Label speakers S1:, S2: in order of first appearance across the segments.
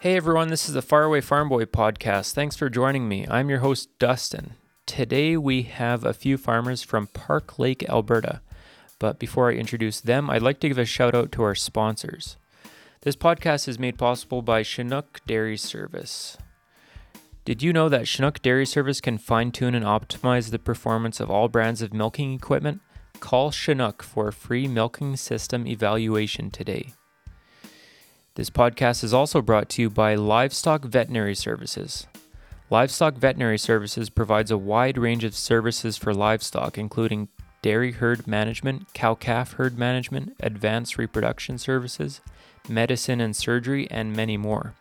S1: Hey everyone, this is the Faraway Farm Boy podcast. Thanks for joining me. I'm your host, Dustin. Today we have a few farmers from Park Lake, Alberta. But before I introduce them, I'd like to give a shout out to our sponsors. This podcast is made possible by Chinook Dairy Service. Did you know that Chinook Dairy Service can fine tune and optimize the performance of all brands of milking equipment? Call Chinook for a free milking system evaluation today. This podcast is also brought to you by Livestock Veterinary Services. Livestock Veterinary Services provides a wide range of services for livestock, including dairy herd management, cow calf herd management, advanced reproduction services, medicine and surgery, and many more.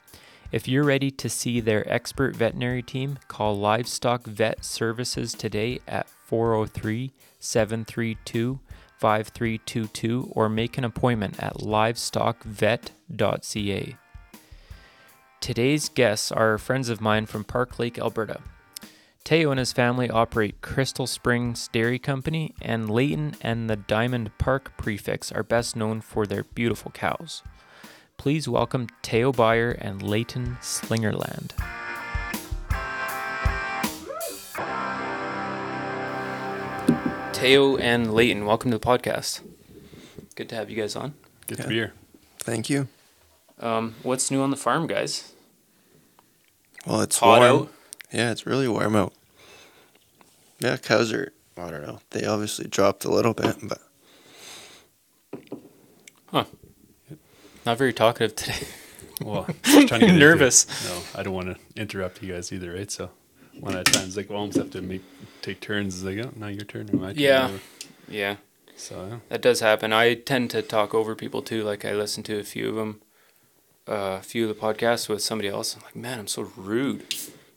S1: If you're ready to see their expert veterinary team, call Livestock Vet Services today at 403 732 5322 or make an appointment at livestockvet.ca. Today's guests are friends of mine from Park Lake, Alberta. Teo and his family operate Crystal Springs Dairy Company, and Layton and the Diamond Park prefix are best known for their beautiful cows. Please welcome Teo Byer and Layton Slingerland. Teo and Leighton, welcome to the podcast. Good to have you guys on.
S2: Get the beer.
S3: Thank you.
S1: Um, what's new on the farm, guys?
S3: Well, it's
S1: Hot
S3: warm.
S1: out?
S3: Yeah, it's really warm out. Yeah, cows are. I don't know. They obviously dropped a little bit, but
S1: Not very talkative today.
S2: Well, just trying to get into it.
S1: Nervous.
S2: No, I don't want to interrupt you guys either, right? So one at a time, it's like we almost have to make take turns. It's like, oh, now your turn, or my turn.
S1: Yeah.
S2: whatever.
S1: Yeah,
S2: So yeah.
S1: that does happen. I tend to talk over people too. Like I listen to a few of them, uh, a few of the podcasts with somebody else. I'm like, man, I'm so rude.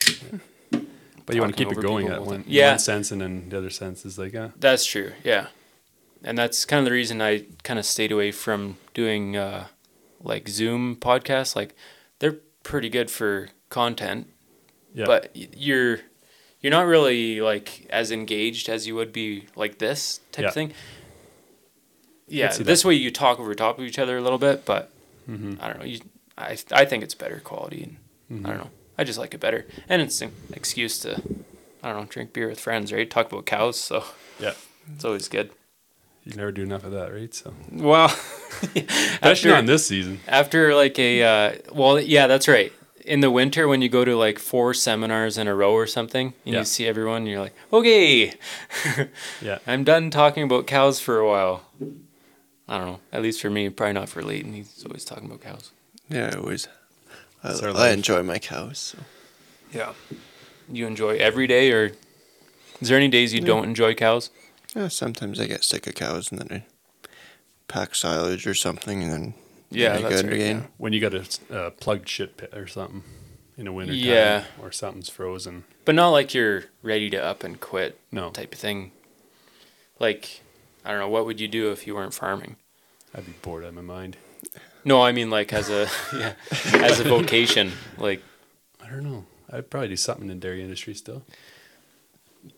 S2: but you want to
S1: Talking
S2: keep it
S1: over
S2: going
S1: people
S2: at
S1: all the
S2: one,
S1: time. Yeah.
S2: one sense, and then the other sense is like, ah,
S1: That's true. Yeah, and that's kind of the reason I kind of stayed away from doing uh, like Zoom podcasts. Like they're pretty good for content,
S2: yeah,
S1: but y- you're you're not really like as engaged as you would be like this type
S2: Yeah.
S1: of thing. Yeah,
S2: see
S1: this way you talk over top of each other a little bit, but
S2: Mhm.
S1: I don't know. You, I I think it's better quality, and I
S2: Mm-hmm.
S1: don't know. I just like it better, and it's an excuse to I don't know drink beer with friends, right? Talk about cows, so
S2: yeah.
S1: it's always good.
S2: You never do enough of that, right? So
S1: Well,
S2: especially
S1: after,
S2: on this season.
S1: after like a uh, well, yeah, that's right. In the winter, when you go to like four seminars in a row or something, and
S2: Yeah.
S1: you see everyone, you're like, okay,
S2: Yeah,
S1: I'm done talking about cows for a while. I don't know. At least for me, probably not for Leighton. He's always talking about cows.
S3: yeah, I always. I,
S2: It's our
S3: I
S2: life.
S3: enjoy my cows. So.
S1: Yeah. You enjoy every day, or is there any days you don't enjoy cows?
S3: Yeah, sometimes I get sick of cows and then I pack silage or something and then
S1: Yeah,
S3: they're
S1: that's right,
S2: when you got a uh, plugged shit pit or something in a winter
S1: Yeah.
S2: time, or something's frozen.
S1: But not like you're ready to up and quit
S2: No,
S1: type of thing. Like, I don't know. What would you do if you weren't farming?
S2: I'd be bored out of my mind.
S1: No, I mean like as a yeah, as a vocation. Like,
S2: I don't know. I'd probably do something in dairy industry still.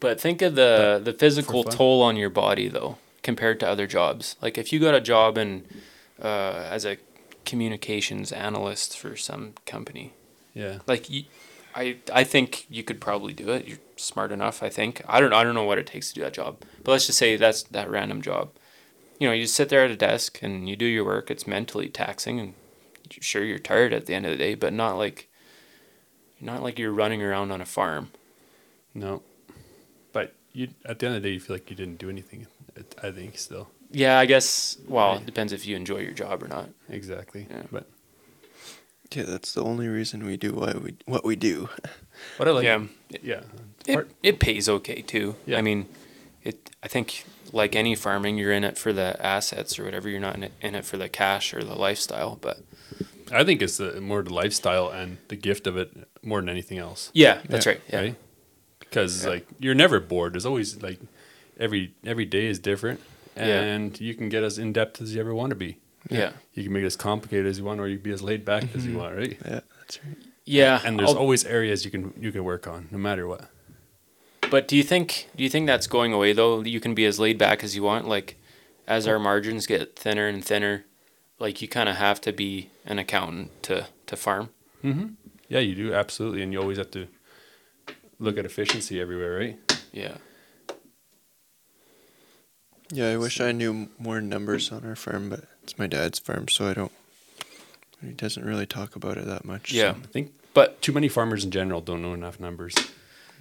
S1: but think of the the physical
S2: fun.
S1: toll on your body though compared to other jobs. Like if you got a job in uh, as a communications analyst for some company,
S2: Yeah,
S1: like you, I I think you could probably do it. You're smart enough, I think. I don't I don't know what it takes to do that job, but let's just say that's that random job. You know, you sit there at a desk and you do your work. It's mentally taxing, and sure you're tired at the end of the day, but not like not like you're running around on a farm.
S2: No, but you at the end of the day, you feel like you didn't do anything. it- I think still
S1: Yeah, I guess. Well, it depends if you enjoy your job or not.
S2: exactly.
S1: Yeah.
S2: But
S3: Yeah, that's the only reason we do why we what we do.
S2: what I like,
S1: yeah,
S2: yeah,
S1: it,
S2: part-
S1: it pays okay too.
S2: Yeah.
S1: I mean, it. I think like any farming, you're in it for the assets or whatever. You're not in it, in it for the cash or the lifestyle. But
S2: I think it's the, more the lifestyle and the gift of it more than anything else.
S1: yeah, that's right. Yeah,
S2: Right? Because
S1: Yeah.
S2: like you're never bored. There's always like every every day is different,
S1: Yeah.
S2: and you can get as in depth as you ever want to be.
S1: yeah,
S2: You can make it as complicated as you want, or you can be as laid back as you want, right?
S3: Yeah, that's right.
S1: yeah. Oh,
S2: And there's
S1: Mm-hmm. I'll-
S2: always areas you can you can work on, no matter what.
S1: but do you think do you think that's going away though? You can be as laid back as you want. Like as our margins get thinner and thinner, like you kind of have to be an accountant to to farm.
S2: Yeah, you do absolutely, and you always have to look at efficiency everywhere, right?
S1: Yeah.
S3: Yeah, I wish I knew more numbers on our farm, but it's my dad's farm, so I don't. He doesn't really talk about it that much. so-
S1: Yeah.
S2: I think, but too many farmers in general don't know enough numbers.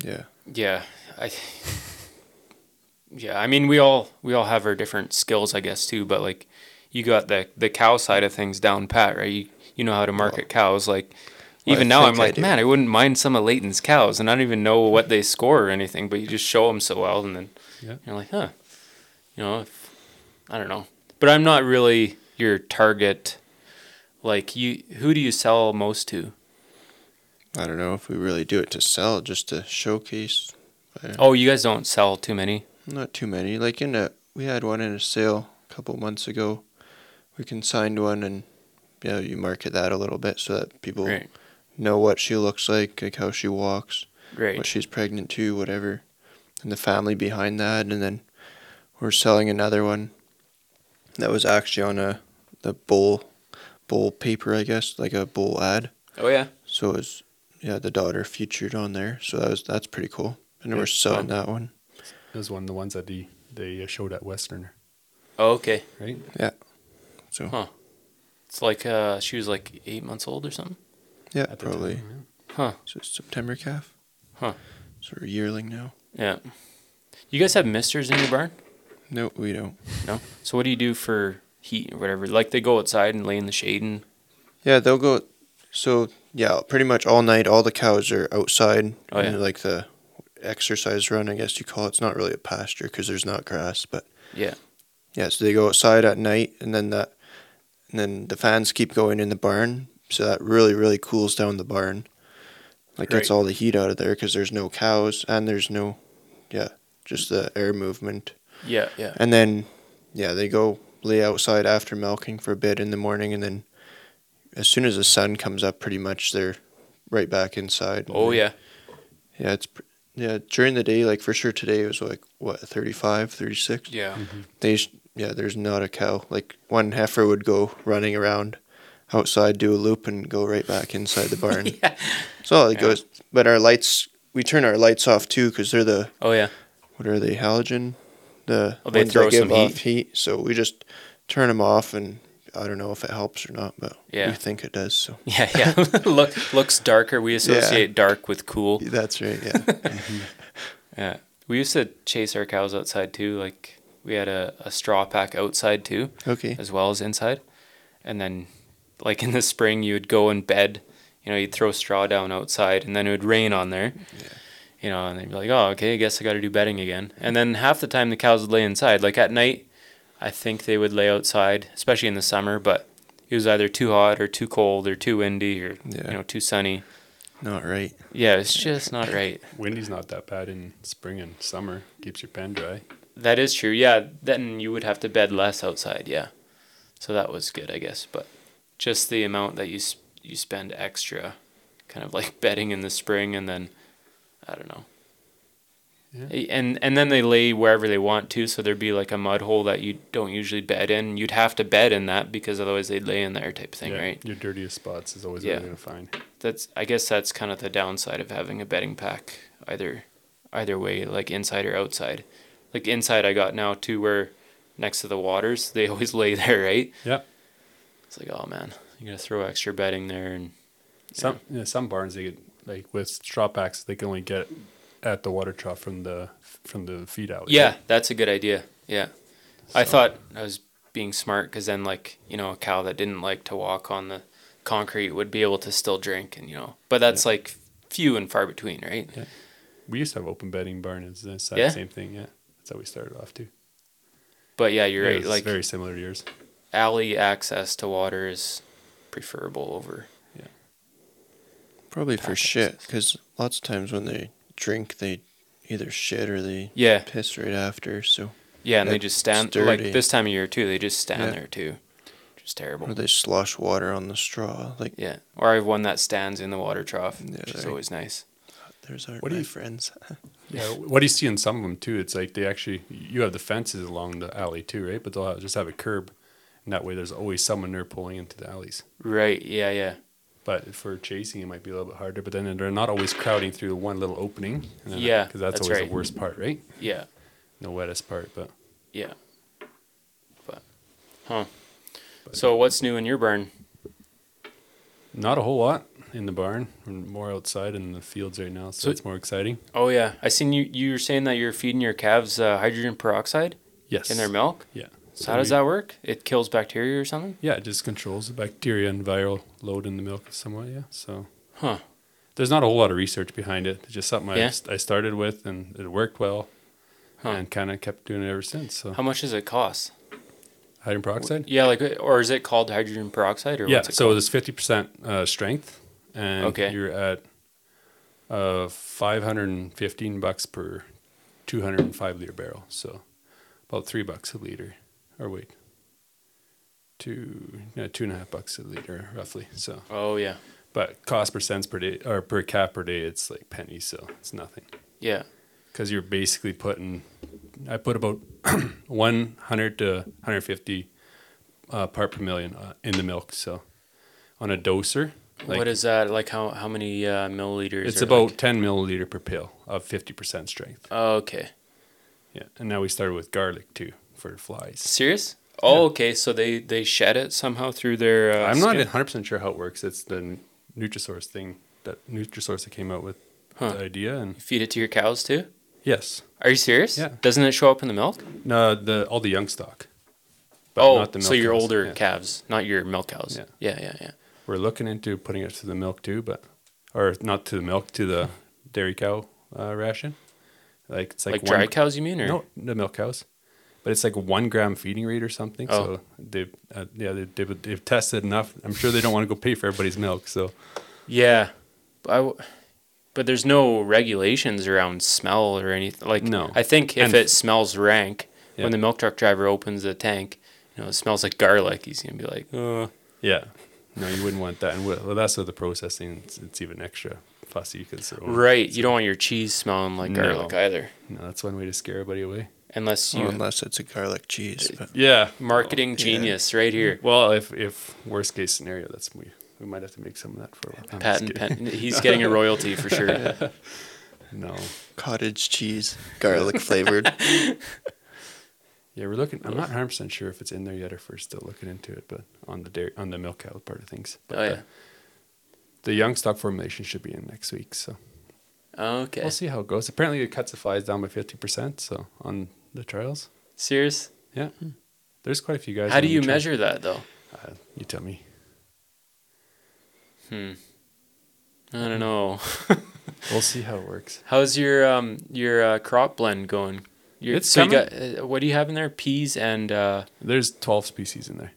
S3: yeah.
S1: Yeah, I. Yeah, I mean we all we all have our different skills, I guess too. But like, you got the the cow side of things down pat, right? You you know how to market cows. Like,
S3: Well, I
S1: even now I'm
S3: think I
S1: like,
S3: do.
S1: man, I wouldn't mind some of Leighton's cows, and I don't even know what they score or anything. But you just show them so well, and then
S2: Yeah.
S1: you're like, huh, you know, if, I don't know. But I'm not really your target. Like, you who do you sell most to?
S3: I don't know if we really do it to sell, just to showcase. but
S1: Oh, you guys don't sell too many.
S3: Not too many. Like in a, we had one in a sale a couple months ago. We consigned one, and yeah, you market that a little bit so that people
S1: Right.
S3: know what she looks like, like how she walks,
S1: Great.
S3: what she's pregnant to, whatever, and the family behind that. And then we're selling another one that was actually on a the bowl bowl paper, I guess, like a bowl ad.
S1: Oh yeah.
S3: So it was yeah, the daughter featured on there. So that was that's pretty cool. And we're
S2: That's
S1: fun.
S3: selling that one.
S2: That was one of the ones that they, they showed at Western,
S1: Oh, okay.
S2: right?
S3: So
S1: Huh. It's like uh, she was like eight months old or something.
S3: yeah,
S2: At the
S3: probably.
S2: time, yeah.
S1: Huh.
S3: So it's September calf.
S1: Huh.
S3: So we're yearling now.
S1: Yeah. You guys have misters in your barn?
S3: No, we don't.
S1: No. So what do you do for heat or whatever? Like they go outside and lay in the shade and
S3: Yeah, they'll go. So yeah, pretty much all night. All the cows are outside.
S1: Oh,
S3: in,
S1: yeah.
S3: Like the exercise run, I guess you call it. It's not really a pasture because there's not grass, but
S1: yeah.
S3: yeah. So they go outside at night, and then that, and then the fans keep going in the barn. So that really really cools down the barn. Like gets
S2: Great.
S3: all the heat out of there because there's no cows and there's no, yeah, just the air movement.
S1: Yeah. Yeah.
S3: And then, yeah, they go lay outside after milking for a bit in the morning, and then as soon as the sun comes up, pretty much they're right back inside. and
S1: Oh
S3: they-
S1: yeah.
S3: yeah, it's pr- yeah during the day, like for sure today it was like what 35, 36.
S1: Yeah.
S3: They s- yeah, there's not a cow. Like one heifer would go running around outside, do a loop, and go right back inside the barn.
S1: Yeah.
S3: So all it
S1: Yeah.
S3: goes. But our lights, we turn our lights off too because they're the
S1: Oh yeah.
S3: what are they halogen the
S1: Oh, they
S3: ones
S1: throw
S3: that give
S1: some
S3: off heat so we just turn them off and i don't know if it helps or not but
S1: Yeah.
S3: we think it does so
S1: Yeah. Yeah. Look looks darker. We associate dark with cool.
S3: that's right yeah
S1: Yeah. We used to chase our cows outside too. Like we had a, a straw pack outside too.
S3: okay
S1: as well as inside. And then, like in the spring, you would go in bed, you know, you'd throw straw down outside, and then it would rain on there. You know, and they'd be like, oh, okay, I guess I got to do bedding again. And then half the time the cows would lay inside. Like at night, I think they would lay outside, especially in the summer, but it was either too hot or too cold or too windy or,
S3: Yeah.
S1: you know, too sunny.
S3: not right
S1: Yeah, it's just not right.
S2: Windy's not that bad in spring and summer. Keeps your pen dry.
S1: That is true. Yeah, then you would have to bed less outside. Yeah, so that was good, I guess. But just the amount that you s- you spend extra, kind of like bedding in the spring, and then I don't know.
S2: Yeah.
S1: A- And and then they lay wherever they want to, so there'd be like a mud hole that you don't usually bed in. You'd have to bed in that because otherwise they'd lay in there type thing,
S2: Yeah,
S1: right?
S2: Your dirtiest spots is always
S1: Yeah.
S2: what you're gonna find.
S1: That's I guess that's kind of the downside of having a bedding pack either either way, like inside or outside. Like inside I got now too where next to the waters, they always lay there, right?
S2: Yeah.
S1: It's like, oh man, you gotta throw extra bedding there and
S2: Some yeah. some barns they get like with straw packs they can only get at the water trough from the from the feed alley.
S1: Yeah,
S2: right?
S1: that's a good idea. Yeah. I
S2: So-
S1: thought I was being smart because then, like, you know, a cow that didn't like to walk on the concrete would be able to still drink, and you know, but that's like few and far between, right?
S2: Yeah. We used to have open bedding barn. It's the exact
S1: Yeah.
S2: same thing. Yeah. That's how we started off too.
S1: But yeah, you're
S2: Yeah,
S1: right.
S2: It's
S1: Like,
S2: very similar to yours.
S1: alley access to water is preferable over.
S3: probably for
S1: Packets.
S3: shit because lots of times when they drink they either shit or they
S1: Yeah,
S3: piss right after so
S1: yeah, and they
S3: It's
S1: just stand like
S3: dirty.
S1: this time of year too. They just stand
S3: Yeah.
S1: there too, just terrible.
S3: or they slosh water on the straw like
S1: yeah, or I have one that stands in the water trough,
S3: Yeah,
S1: which is
S3: there-
S1: always nice.
S3: there's our
S2: What do
S3: my
S2: you-
S3: friends
S2: Yeah, what do you see in some of them too? It's like they actually you have the fences along the alley too, right? But they'll have, just have a curb, and that way there's always someone there pulling into the alleys.
S1: Right? Yeah, yeah.
S2: But for chasing, it might be a little bit harder. But then they're not always crowding through one little opening. and then-
S1: Yeah,
S2: that's,
S1: that's
S2: always
S1: right.
S2: the worst part, right?
S1: Yeah.
S2: The wettest part. But
S1: Yeah. But, huh. So what's new in your barn?
S2: not a whole lot in the barn. We're more outside in the fields right now, so,
S1: So-
S2: it's more exciting.
S1: Oh yeah, I seen you. You were saying that you're feeding your calves uh, hydrogen peroxide
S2: Yes.
S1: in their milk.
S2: Yeah.
S1: So, how does
S2: we-
S1: that work? It kills bacteria or something?
S2: Yeah, it just controls the bacteria and viral load in the milk somewhat. Yeah. So
S1: Huh.
S2: there's not a whole lot of research behind it. It's just something
S1: Yeah.
S2: I, st- I started with and it worked well
S1: Huh.
S2: and kind of kept doing it ever since. So
S1: How much does it cost?
S2: hydrogen peroxide.
S1: Yeah, like, or is it called hydrogen peroxide or
S2: yeah.
S1: what's it
S2: So
S1: called?
S2: there's 50% uh, strength and
S1: Okay.
S2: you're at uh, 515 bucks per 205 liter barrel. So about three bucks a liter. Or wait, two, no, two and a half bucks a liter roughly. So
S1: Oh yeah,
S2: But cost per cents per day or per cap per day, it's like pennies, so it's nothing.
S1: yeah,
S2: Because you're basically putting, I put about 100 to 150 uh, part per million uh, in the milk. So on a doser, like
S1: what is that? Like how how many uh, milliliters?
S2: it's
S1: or,
S2: about
S1: like-
S2: 10 milliliter per pill of 50% strength.
S1: oh, okay.
S2: Yeah, and now we started with garlic too for flies.
S1: Serious? Oh, okay. So they they shed it somehow through their. Uh,
S2: I'm not
S1: skin?
S2: 100 percent sure how it works. It's the Nutrisource thing that Nutrisource that came out with
S1: Huh.
S2: the idea, and
S1: You feed it to your cows too.
S2: yes,
S1: Are you serious?
S2: Yeah.
S1: Doesn't it show up in the milk?
S2: No, the all the young stock.
S1: oh, so your
S2: cows.
S1: older
S2: Yeah.
S1: calves, not your milk cows.
S2: Yeah.
S1: yeah, yeah, yeah.
S2: We're looking into putting it to the milk too, but or not to the milk to the dairy cow uh, ration. Like it's like,
S1: Like,
S2: one,
S1: dry cows, you mean? Or?
S2: No, the milk cows, but it's like one gram feeding rate or something.
S1: Oh.
S2: So they've uh, yeah they, they've they've tested enough. I'm sure they don't want to go pay for everybody's milk. So
S1: Yeah, but, I w- but there's no regulations around smell or anything. Like
S2: No.
S1: I think if
S2: And-
S1: it smells rank
S2: Yeah.
S1: when the milk truck driver opens the tank, you know, it smells like garlic. He's gonna be like,
S2: Oh,
S1: uh,
S2: yeah, no, you wouldn't want that. And well, well, that's with the processing. It's, it's even extra fussy because
S1: right. You don't want your cheese smelling like
S2: No.
S1: garlic either,
S2: No, that's one way to scare everybody away.
S1: unless you Uh,
S3: Well, unless it's a garlic cheese. But
S2: Yeah,
S1: marketing genius right here.
S2: Well, if if worst case scenario, that's we we might have to make some of that for a while. I'm just
S1: Patent,
S2: kidding.
S1: pen, he's getting a royalty for sure.
S2: No.
S3: cottage cheese, garlic flavored.
S2: Yeah, we're looking. I'm not 100 percent sure if it's in there yet, or if we're still looking into it. But on the dairy, on the milk cow part of things. But
S1: Oh,
S2: the-
S1: yeah.
S2: the young stock formation should be in next week, so
S1: Okay,
S2: we'll see how it goes. Apparently, it cuts the flies down by 50 percent. So on the trials,
S1: serious.
S2: yeah, there's quite a few guys.
S1: Hmm. How do
S2: on
S1: you
S2: the tri-
S1: measure that though?
S2: Uh, you tell me.
S1: Hmm. I
S2: Mm-hmm.
S1: don't know.
S2: We'll see how it works.
S1: How's your um your uh, crop blend going? Your,
S2: It's
S1: so
S2: coming.
S1: you got uh, what do you have in there? Peas and uh,
S2: There's 12 species in there.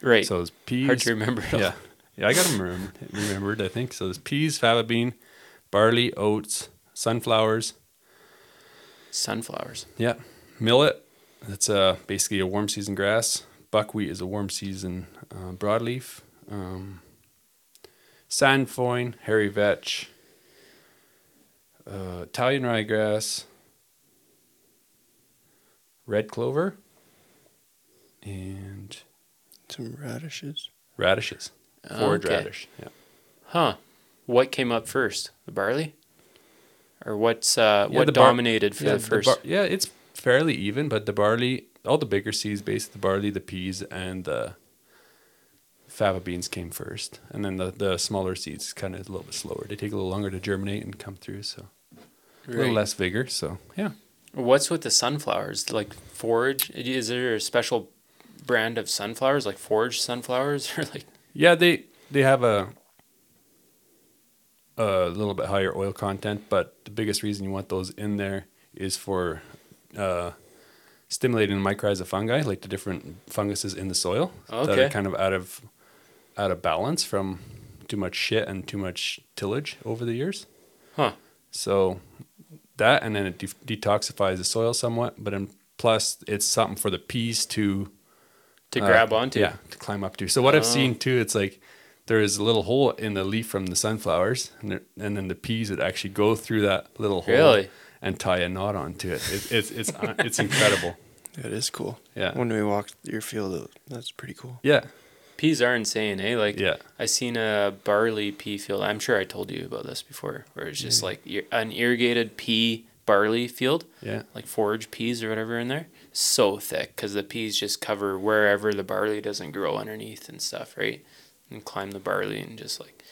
S1: right.
S2: So there's peas,
S1: Hard to remember. it all.
S2: Yeah, yeah, I got them remembered, remembered. I think so. There's peas, fava bean, barley, oats, sunflowers.
S1: Sunflowers.
S2: Yeah, millet. That's uh, basically a warm season grass. Buckwheat is a warm season uh, broadleaf. Um, sandfoin, hairy vetch, uh, Italian ryegrass, red clover, and
S3: Some radishes.
S2: radishes. Forage
S1: Okay.
S2: radish. Yeah.
S1: Huh. What came up first? The barley? Or what's uh
S2: Yeah,
S1: what
S2: the bar-
S1: dominated for the
S2: bar-
S1: first?
S2: yeah, it's fairly even, but the barley, all the bigger seeds, basically the barley, the peas, and the fava beans came first, and then the, the smaller seeds kind of a little bit slower. They take a little longer to germinate and come through, so a
S1: Right.
S2: little less vigor. So yeah,
S1: What's with the sunflowers? Like forage? Is there a special brand of sunflowers like forage sunflowers or like
S2: yeah, they they have a a little bit higher oil content, but the biggest reason you want those in there is for uh, stimulating the mycorrhiza fungi, like the different funguses in the soil that
S1: Okay.
S2: are kind of out of out of balance from too much shit and too much tillage over the years.
S1: huh?
S2: So that, and then it de- detoxifies the soil somewhat, but then plus it's something for the peas to
S1: To
S2: uh,
S1: grab onto.
S2: Yeah, Oh. to climb up to. So what I've seen too, it's like there is a little hole in the leaf from the sunflowers, and, there- and then the peas would actually go through that little hole
S1: Really?
S2: and tie a knot onto it. it it's it's it's incredible.
S3: That is cool.
S2: Yeah.
S3: When we walked your field, it- uh, that's pretty cool.
S2: Yeah,
S1: Peas are insane, eh? Like
S2: Yeah.
S1: I seen a barley pea field. I'm sure I told you about this before, where it's
S2: Mm-hmm.
S1: just like ir- an irrigated pea barley field,
S2: Yeah.
S1: like forage peas or whatever in there. So thick because the peas just cover wherever the barley doesn't grow underneath and stuff, right? And climb the barley and just like,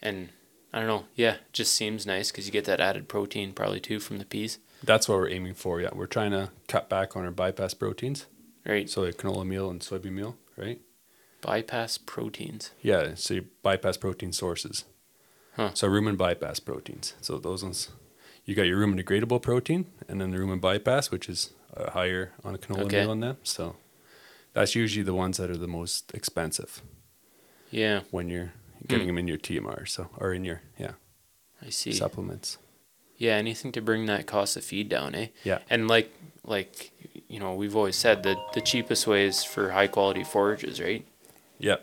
S1: and I don't know. Yeah, it just seems nice because you get that added protein probably too from the peas,
S2: That's what we're aiming for. Yeah. We're trying to cut back on our bypass proteins.
S1: right?
S2: So, like canola meal and soybean meal, right?
S1: Bypass proteins.
S2: Yeah. So, you bypass protein sources.
S1: Huh.
S2: So, rumen bypass proteins. So, those ones, you got your rumen degradable protein and then the rumen bypass, which is uh, higher on a canola
S1: Okay.
S2: meal than them. So, that's usually the ones that are the most expensive
S1: Yeah,
S2: when you're
S1: Hmm.
S2: getting them in your TMR. So, or in your, yeah,
S1: I see.
S2: supplements.
S1: Yeah, anything to bring that cost of feed down, eh?
S2: Yeah.
S1: And like like you know, we've always said that the cheapest ways for high quality forages, right?
S2: Yep.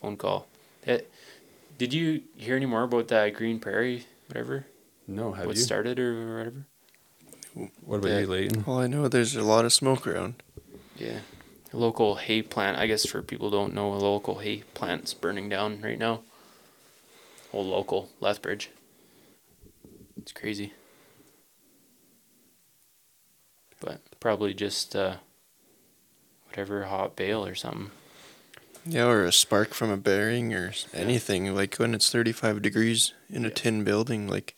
S1: Phone call. Eh, did you hear any more about that Green Prairie, whatever?
S2: No, have
S1: what
S2: you?
S1: started or whatever?
S2: what about
S1: Yeah.
S2: you, Leighton?
S3: Well, I know there's a lot of smoke around.
S1: Yeah. A local hay plant. I guess for people who don't know, a local hay plant's burning down right now. Old local Lethbridge. It's crazy. But probably just uh, whatever hot bale or something.
S3: Yeah, or a spark from a bearing or s- anything. Like when it's 35 degrees in a tin building, like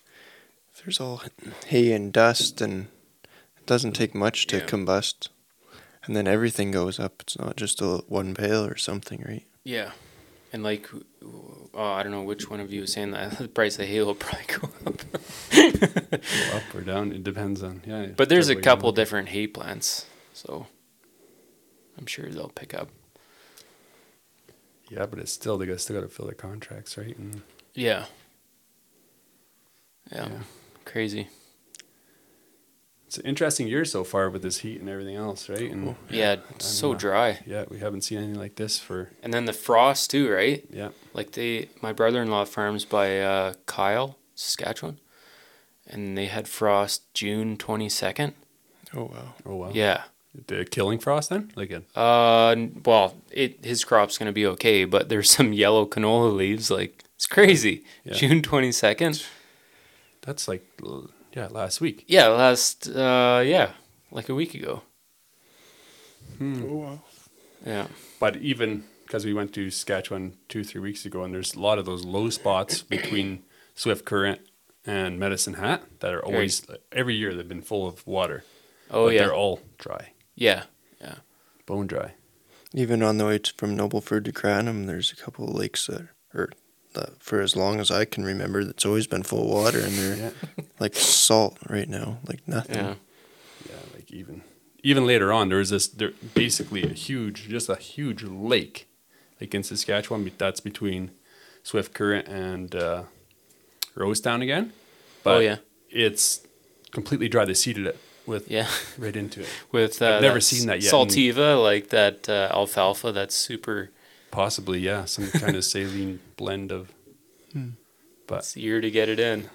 S3: if there's all hay and dust, and it doesn't take much to
S1: Yeah.
S3: combust. And then everything goes up. It's not just a one pail or something, right?
S1: Yeah. And like, oh, I don't know which one of you was saying that the price of hay will probably go up.
S2: Go up or down? It depends on, yeah.
S1: but there's a
S2: whichever way you
S1: couple
S2: want.
S1: different hay plants, so I'm sure they'll pick up.
S2: Yeah, but it's still, they got still got to fill their contracts, right? And
S1: Yeah. Yeah.
S2: Yeah.
S1: Crazy.
S2: It's an interesting year so far with this heat and everything else, right? And
S1: Yeah, it's so
S2: know.
S1: dry.
S2: yeah, we haven't seen anything like this for
S1: And then the frost too, right?
S2: yeah.
S1: like they my brother-in-law farms by uh, Kyle, Saskatchewan, and they had frost June 22nd.
S3: Oh, wow.
S2: Oh wow.
S1: Yeah.
S2: The killing frost then? Like a,
S1: Uh n- well, it his crop's going to be okay, but there's some yellow canola leaves like it's crazy.
S2: Yeah.
S1: June 22nd.
S2: that's like l- yeah, last week.
S1: Yeah, last uh yeah, like a week ago.
S3: Oh, wow.
S1: Yeah.
S2: But even because we went to Saskatchewan two three weeks ago, and there's a lot of those low spots between Swift Current and Medicine Hat that are always every year they've been full of water.
S1: Oh
S2: but
S1: yeah.
S2: they're all dry,
S1: yeah. Yeah.
S2: bone dry.
S3: Even on the way to, from Nobleford to Cranham, there's a couple of lakes that are, that for as long as I can remember, that's always been full of water and they're
S2: Yeah,
S3: like salt right now, like nothing.
S1: Yeah.
S2: yeah. Like even even later on, there was this there basically a huge, just a huge lake, like in Saskatchewan. but That's between Swift Current and uh, Rosetown again. But
S1: Oh, yeah.
S2: it's completely dry. They seeded it with
S1: Yeah.
S2: right into it.
S1: With uh,
S2: I've never
S1: that
S2: seen that yet in-
S1: Saltiva, like that uh, alfalfa, that's super
S2: Possibly, yeah, some kind of saline blend of. But
S1: it's ear to get it in.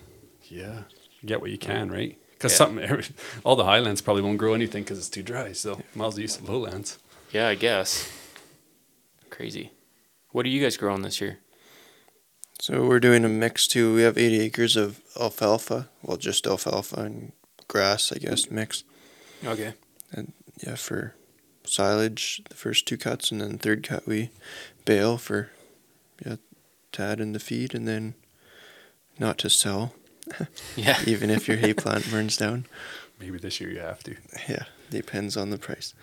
S2: yeah, get what you can, right? Because
S1: Yeah.
S2: something, all the highlands probably won't grow anything because it's too dry. So miles east of lowlands.
S1: Yeah, I guess. Crazy. What are you guys growing this year?
S3: So we're doing a mix too. We have 80 acres of alfalfa, well, just alfalfa and grass, I guess, mix.
S1: Okay.
S3: Yeah, for silage, the first two cuts, and then third cut we bale for, yeah, to add in the feed, and then not to sell,
S1: Yeah.
S3: even if your hay plant burns down.
S2: Maybe this year you have to.
S3: Yeah, depends on the price.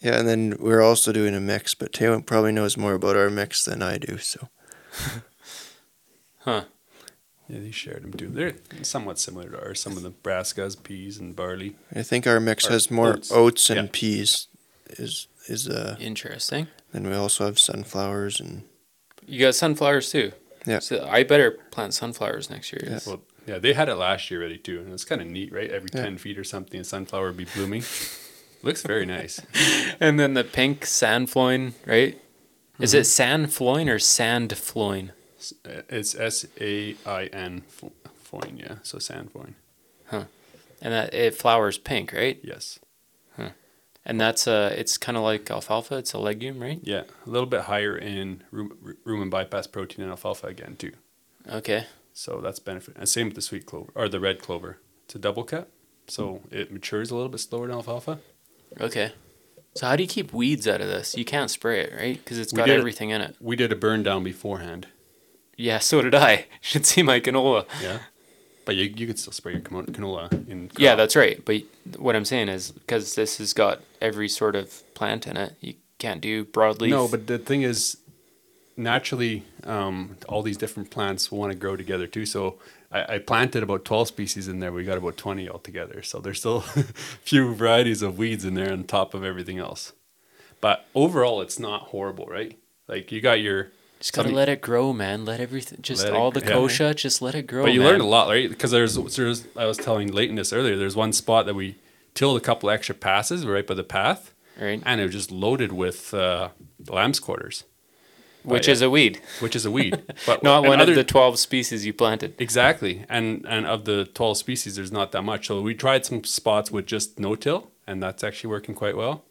S3: Yeah, and then we're also doing a mix, but Taylor probably knows more about our mix than I do. So
S1: Huh.
S2: Yeah, they shared them too. They're somewhat similar to ours. Some of the brassicas, peas, and barley.
S3: I think our mix
S2: Or
S3: has more
S2: oats.
S3: oats, and
S2: Yeah.
S3: peas. Is is uh?
S1: Interesting.
S3: Then we also have sunflowers and
S1: You got sunflowers too.
S3: Yeah.
S1: So I better plant sunflowers next year.
S3: Yeah.
S2: Well, yeah, they had it last year already too, and it's kind of neat, right? Every
S3: Yeah.
S2: ten feet or something, a sunflower would be blooming. Looks very nice.
S1: And then the pink sandfloin, right? Is it
S3: Mm-hmm.
S1: sandfloin or sandfloin?
S2: S- uh, It's S A I N fo- foin, yeah. So sand foin.
S1: And that it flowers pink, right?
S2: Yes.
S1: And that's a, it's kind of like alfalfa. It's a legume, right?
S2: Yeah, a little bit higher in ru- ru- rumen bypass protein and alfalfa again too.
S1: Okay.
S2: So that's benefit. And same with the sweet clover or the red clover. It's a double cut, so it matures a little bit slower than alfalfa.
S1: Okay. So how do you keep weeds out of this? You can't spray it, right? Because it's
S2: We
S1: got
S2: did it.
S1: everything in it.
S2: We did a burn down beforehand.
S1: Yeah, so did I. Should see my canola.
S2: Yeah. But you, you could still spray your camo- canola in.
S1: Yeah,
S2: crop.
S1: that's right. But what I'm saying is because this has got every sort of plant in it, you can't do broadleaf.
S2: No, but the thing is, naturally, um, all these different plants want to grow together too. So I, I planted about 12 species in there. We got about 20 altogether. So there's still a few varieties of weeds in there on top of everything else. But overall, it's not horrible, right? Like you got your.
S1: just gotta
S2: some-
S1: let it grow, man. Let everything, just
S2: Let it
S1: all the
S2: grow.
S1: kochia, just let it grow.
S2: But you
S1: Oh, man.
S2: learn a lot, right? Because there's, there's, I was telling Leighton this earlier. There's one spot that we tilled a couple extra passes right by the path,
S1: Right.
S2: and it was just loaded with uh, lamb's quarters,
S1: which
S2: yeah.
S1: is a weed,
S2: which is a weed, but
S1: not
S2: and
S1: one
S2: other-
S1: of the twelve species you planted.
S2: Exactly, and and of the twelve species, there's not that much. So we tried some spots with just no till, and that's actually working quite well.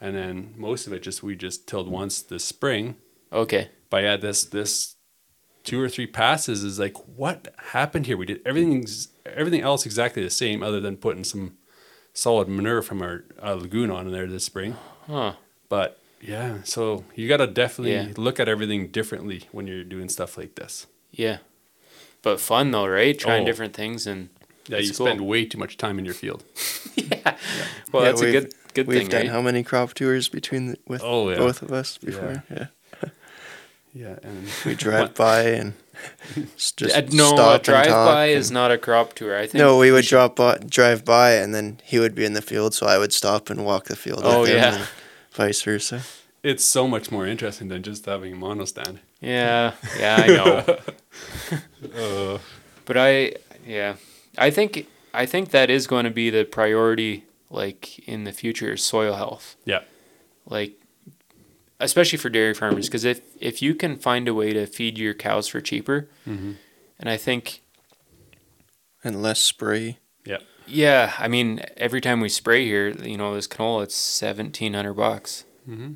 S2: And then most of it, just we just tilled once this spring.
S1: Okay,
S2: But yeah, this this two or three passes is like what happened here? We did everything ex- everything else exactly the same, other than putting some solid manure from our uh, lagoon on in there this spring.
S1: huh?
S2: But yeah, so you got to definitely
S1: Yeah.
S2: look at everything differently when you're doing stuff like this.
S1: Yeah, but fun though, right? Trying
S2: Oh.
S1: different things and
S2: Yeah,
S1: it's
S2: you
S1: cool.
S2: spend way too much time in your field.
S1: Well,
S3: Yeah,
S1: that's a
S3: we've-
S1: good good
S3: We've
S1: thing, eh?
S3: done
S1: right?
S3: how many crop tours between the, with
S2: Oh, yeah.
S3: both of us before? Yeah.
S2: Yeah, and
S3: We drive by and s- just
S1: Uh, no,
S3: stop
S1: a
S3: and
S1: drive
S3: talk
S1: by is
S3: and-
S1: not a crop tour. I think.
S3: No, we would drop by, drive by, and then he would be in the field, so I would stop and walk the field.
S1: Oh,
S3: with him
S1: yeah.
S3: and vice versa.
S2: it's so much more interesting than just having a mono stand.
S1: Yeah, yeah, I know.
S2: Uh,
S1: but I, yeah, I think I think that is going to be the priority, like in the future, is soil health,
S2: Yeah,
S1: like especially for dairy farmers, because if if you can find a way to feed your cows for cheaper,
S3: Mm-hmm.
S1: and I think
S3: And less spray.
S2: yeah,
S1: yeah, I mean every time we spray here, you know this canola, it's seventeen hundred bucks.
S3: Mm-hmm.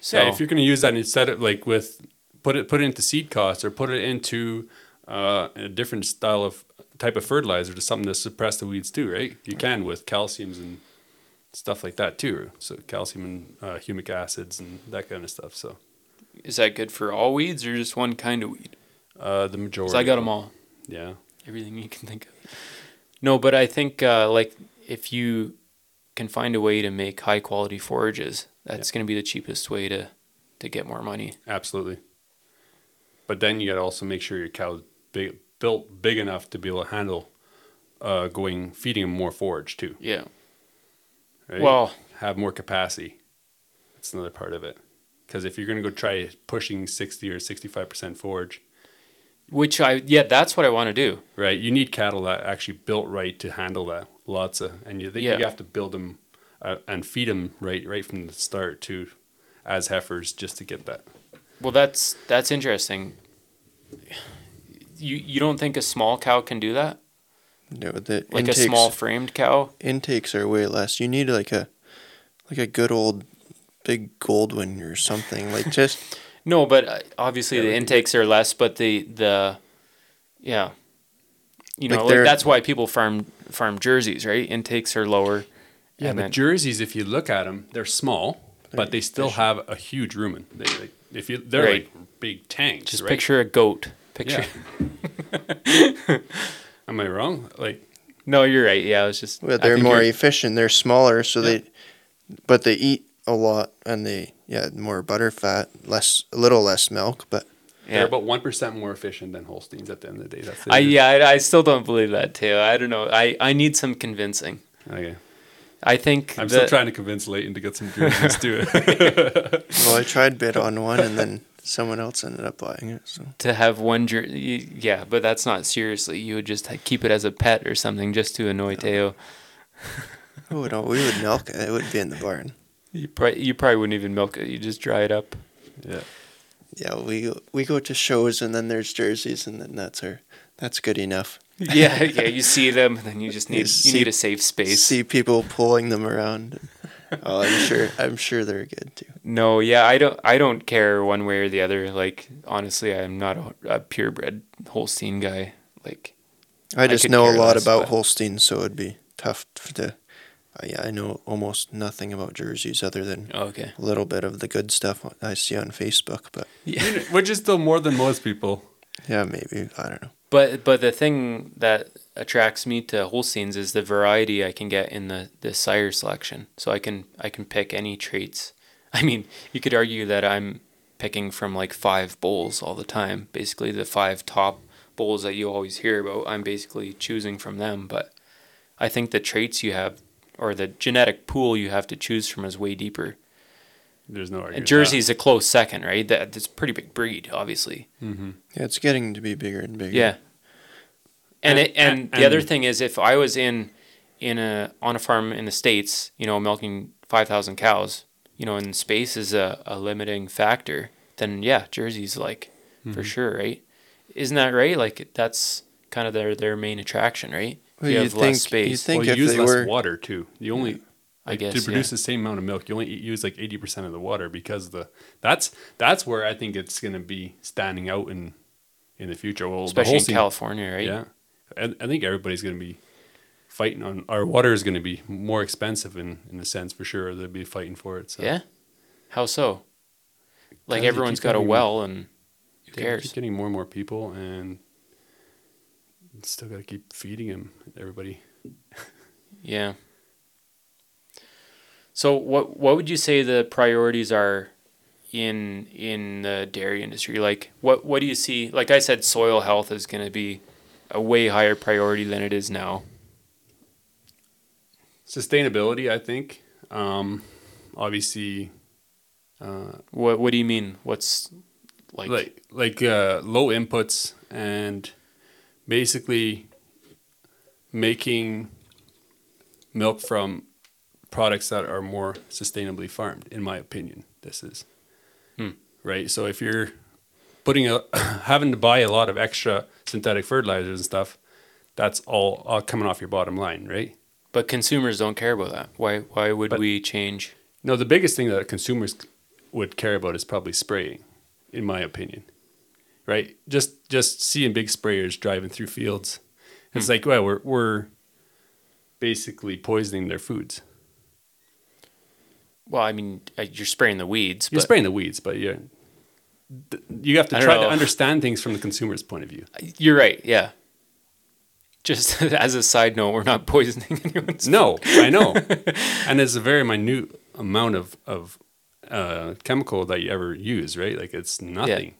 S1: So
S2: yeah. If you're going to use that instead of like with put it put it into seed costs or put it into uh, a different style of type of fertilizer to something to suppress the weeds too, right? You can with calciums and stuff like that too. So calcium and uh, humic acids and that kind of stuff. So
S1: is that good for all weeds or just one kind of weed?
S2: uh, the majority.
S1: 'Cause I got them all.
S2: Yeah,
S1: everything you can think of. No, but I think uh, like if you can find a way to make high quality forages, that's going to be the cheapest way to to get more money.
S2: absolutely. But then you got to also make sure your cow's big, built big enough to be able to handle uh, going feeding them more forage too.
S1: Yeah.
S2: right?
S1: Well,
S2: have more capacity. That's another part of it. Because if you're going to go try pushing 60 or 65% forage,
S1: which I yeah, that's what I want to do.
S2: right, you need cattle that actually built right to handle that. Lots of, and you think
S1: Yeah.
S2: you have to build them uh, and feed them right, right from the start too, as heifers just to get that.
S1: Well, that's that's interesting. You you don't think a small cow can do that?
S3: You know, the
S1: Like
S3: intakes,
S1: a small framed cow?
S3: intakes are way less. You need like a like a good old big Goldwyn or something. Like just
S1: No, but uh, obviously the
S2: would be-
S1: intakes are less, but the the yeah. You
S3: Like
S1: know,
S3: they're-
S1: like that's why people farm farm jerseys, right? Intakes are lower.
S2: Yeah,
S1: and
S2: but
S1: then-
S2: jerseys, if you look at them, they're small, but they still have a huge rumen. They, they, if you, they're
S1: Right.
S2: like big tanks.
S1: Just
S2: right?
S1: picture a goat. Picture.
S2: Am I wrong? Like,
S1: No, you're right. Yeah, I was just.
S3: well,
S2: I
S3: they're
S2: think
S3: more
S2: you're-
S3: efficient. They're smaller, so they but they eat a lot and they yeah more butter fat, less a little less milk, but
S1: Yeah.
S2: they're about 1% more efficient than Holsteins at the end of the day. That's the
S1: I yeah, I, I still don't believe that too. I don't know. I I need some convincing.
S2: Okay.
S1: I think
S2: I'm
S1: the-
S2: still trying to convince Leighton to get some jerseys too.
S3: well, I tried bid on one and then someone else ended up buying it. So
S1: to have one jersey. Yeah, but that's not seriously. You would just ha- keep it as a pet or something, just to annoy Teo.
S3: oh no, we would milk it. It would be in the barn.
S1: You probably you probably wouldn't even milk it. You just dry it up.
S2: yeah.
S3: Yeah, we we go to shows and then there's jerseys and then that's our that's good enough.
S1: yeah, yeah. You see them, and then you just need you
S3: see-
S1: need a safe space.
S3: See people pulling them around. oh, I'm sure. I'm sure they're good too.
S1: No, yeah, I don't. I don't care one way or the other. Like honestly, I'm not a, a purebred Holstein guy. Like
S3: I just
S1: could
S3: know a
S1: care
S3: lot
S1: less,
S3: about
S1: but-
S3: Holstein, so it'd be tough f- to. uh, I, I know almost nothing about jerseys other than
S1: Oh, okay,
S3: a little bit of the good stuff I see on Facebook, but
S1: yeah.
S2: Which is still more than most people.
S3: yeah, maybe I don't know.
S1: But but the thing that attracts me to Holsteins is the variety I can get in the the sire selection. So I can I can pick any traits. I mean, you could argue that I'm picking from like five bowls all the time. Basically, the five top bowls that you always hear about, I'm basically choosing from them. But I think the traits you have or the genetic pool you have to choose from is way deeper.
S2: There's no argument.
S1: And Jersey's a close second, right? That that's a pretty big breed, obviously.
S3: Yeah, it's getting to be bigger and bigger.
S1: Yeah. And
S2: And-
S1: it, and,
S2: and-
S1: the other
S2: and-
S1: thing is, if I was in in a on a farm in the states, you know, milking five thousand cows, you know, and space is a, a limiting factor, then yeah, Jersey's like
S2: Mm-hmm.
S1: for sure, right? Isn't that right? Like that's kind of their their main attraction, right? If
S3: Well,
S1: you
S3: you
S1: have
S3: think-
S1: less
S3: you
S1: space,
S2: Well,
S3: think
S2: you
S3: if
S2: use
S3: they
S2: less
S3: were-
S2: water too. You only
S1: I
S2: like,
S1: guess,
S2: to produce
S1: yeah.
S2: the same amount of milk, you only e- use like eighty percent of the water because the that's that's where I think it's going to be standing out in in the future. Well, the
S1: especially in
S2: Holstein-
S1: California, right?
S2: Yeah, and I think everybody's going to be fighting on our water is going to be more expensive in in a sense for sure. They'll be fighting for it. So.
S1: Yeah? How so? Like
S2: Because you
S1: everyone's
S2: keep
S1: got a
S2: having-
S1: well and
S2: You
S1: who
S2: keep- you
S1: cares?
S2: keep getting more and more people, and still got to keep feeding them. Everybody.
S1: Yeah. So what what would you say the priorities are in in the dairy industry? Like what what do you see? Like I said, soil health is going to be a way higher priority than it is now.
S2: sustainability i think um obviously uh
S1: What what do you mean? What's like,
S2: like like uh low inputs and basically making milk from products that are more sustainably farmed in my opinion this is
S1: Hmm.
S2: right so if you're putting a having to buy a lot of extra synthetic fertilizers and stuff that's all uh, coming off your bottom line right
S1: but consumers don't care about that. Why why would
S2: But-
S1: we change?
S2: No, the biggest thing that consumers would care about is probably spraying, in my opinion. Right? Just just seeing big sprayers driving through fields.
S1: Hmm.
S2: It's like, well, we're we're basically poisoning their foods.
S1: Well, I mean, uh, you're spraying the weeds,
S2: You're
S1: but
S2: spraying the weeds, but you're th- you have to
S1: I don't
S2: try
S1: know.
S2: to understand things from the consumer's point of view.
S1: you're right. Yeah. Just as a side note, we're not poisoning anyone's.
S2: No, I know, and it's a very minute amount of of uh, chemical that you ever use, right? Like it's nothing.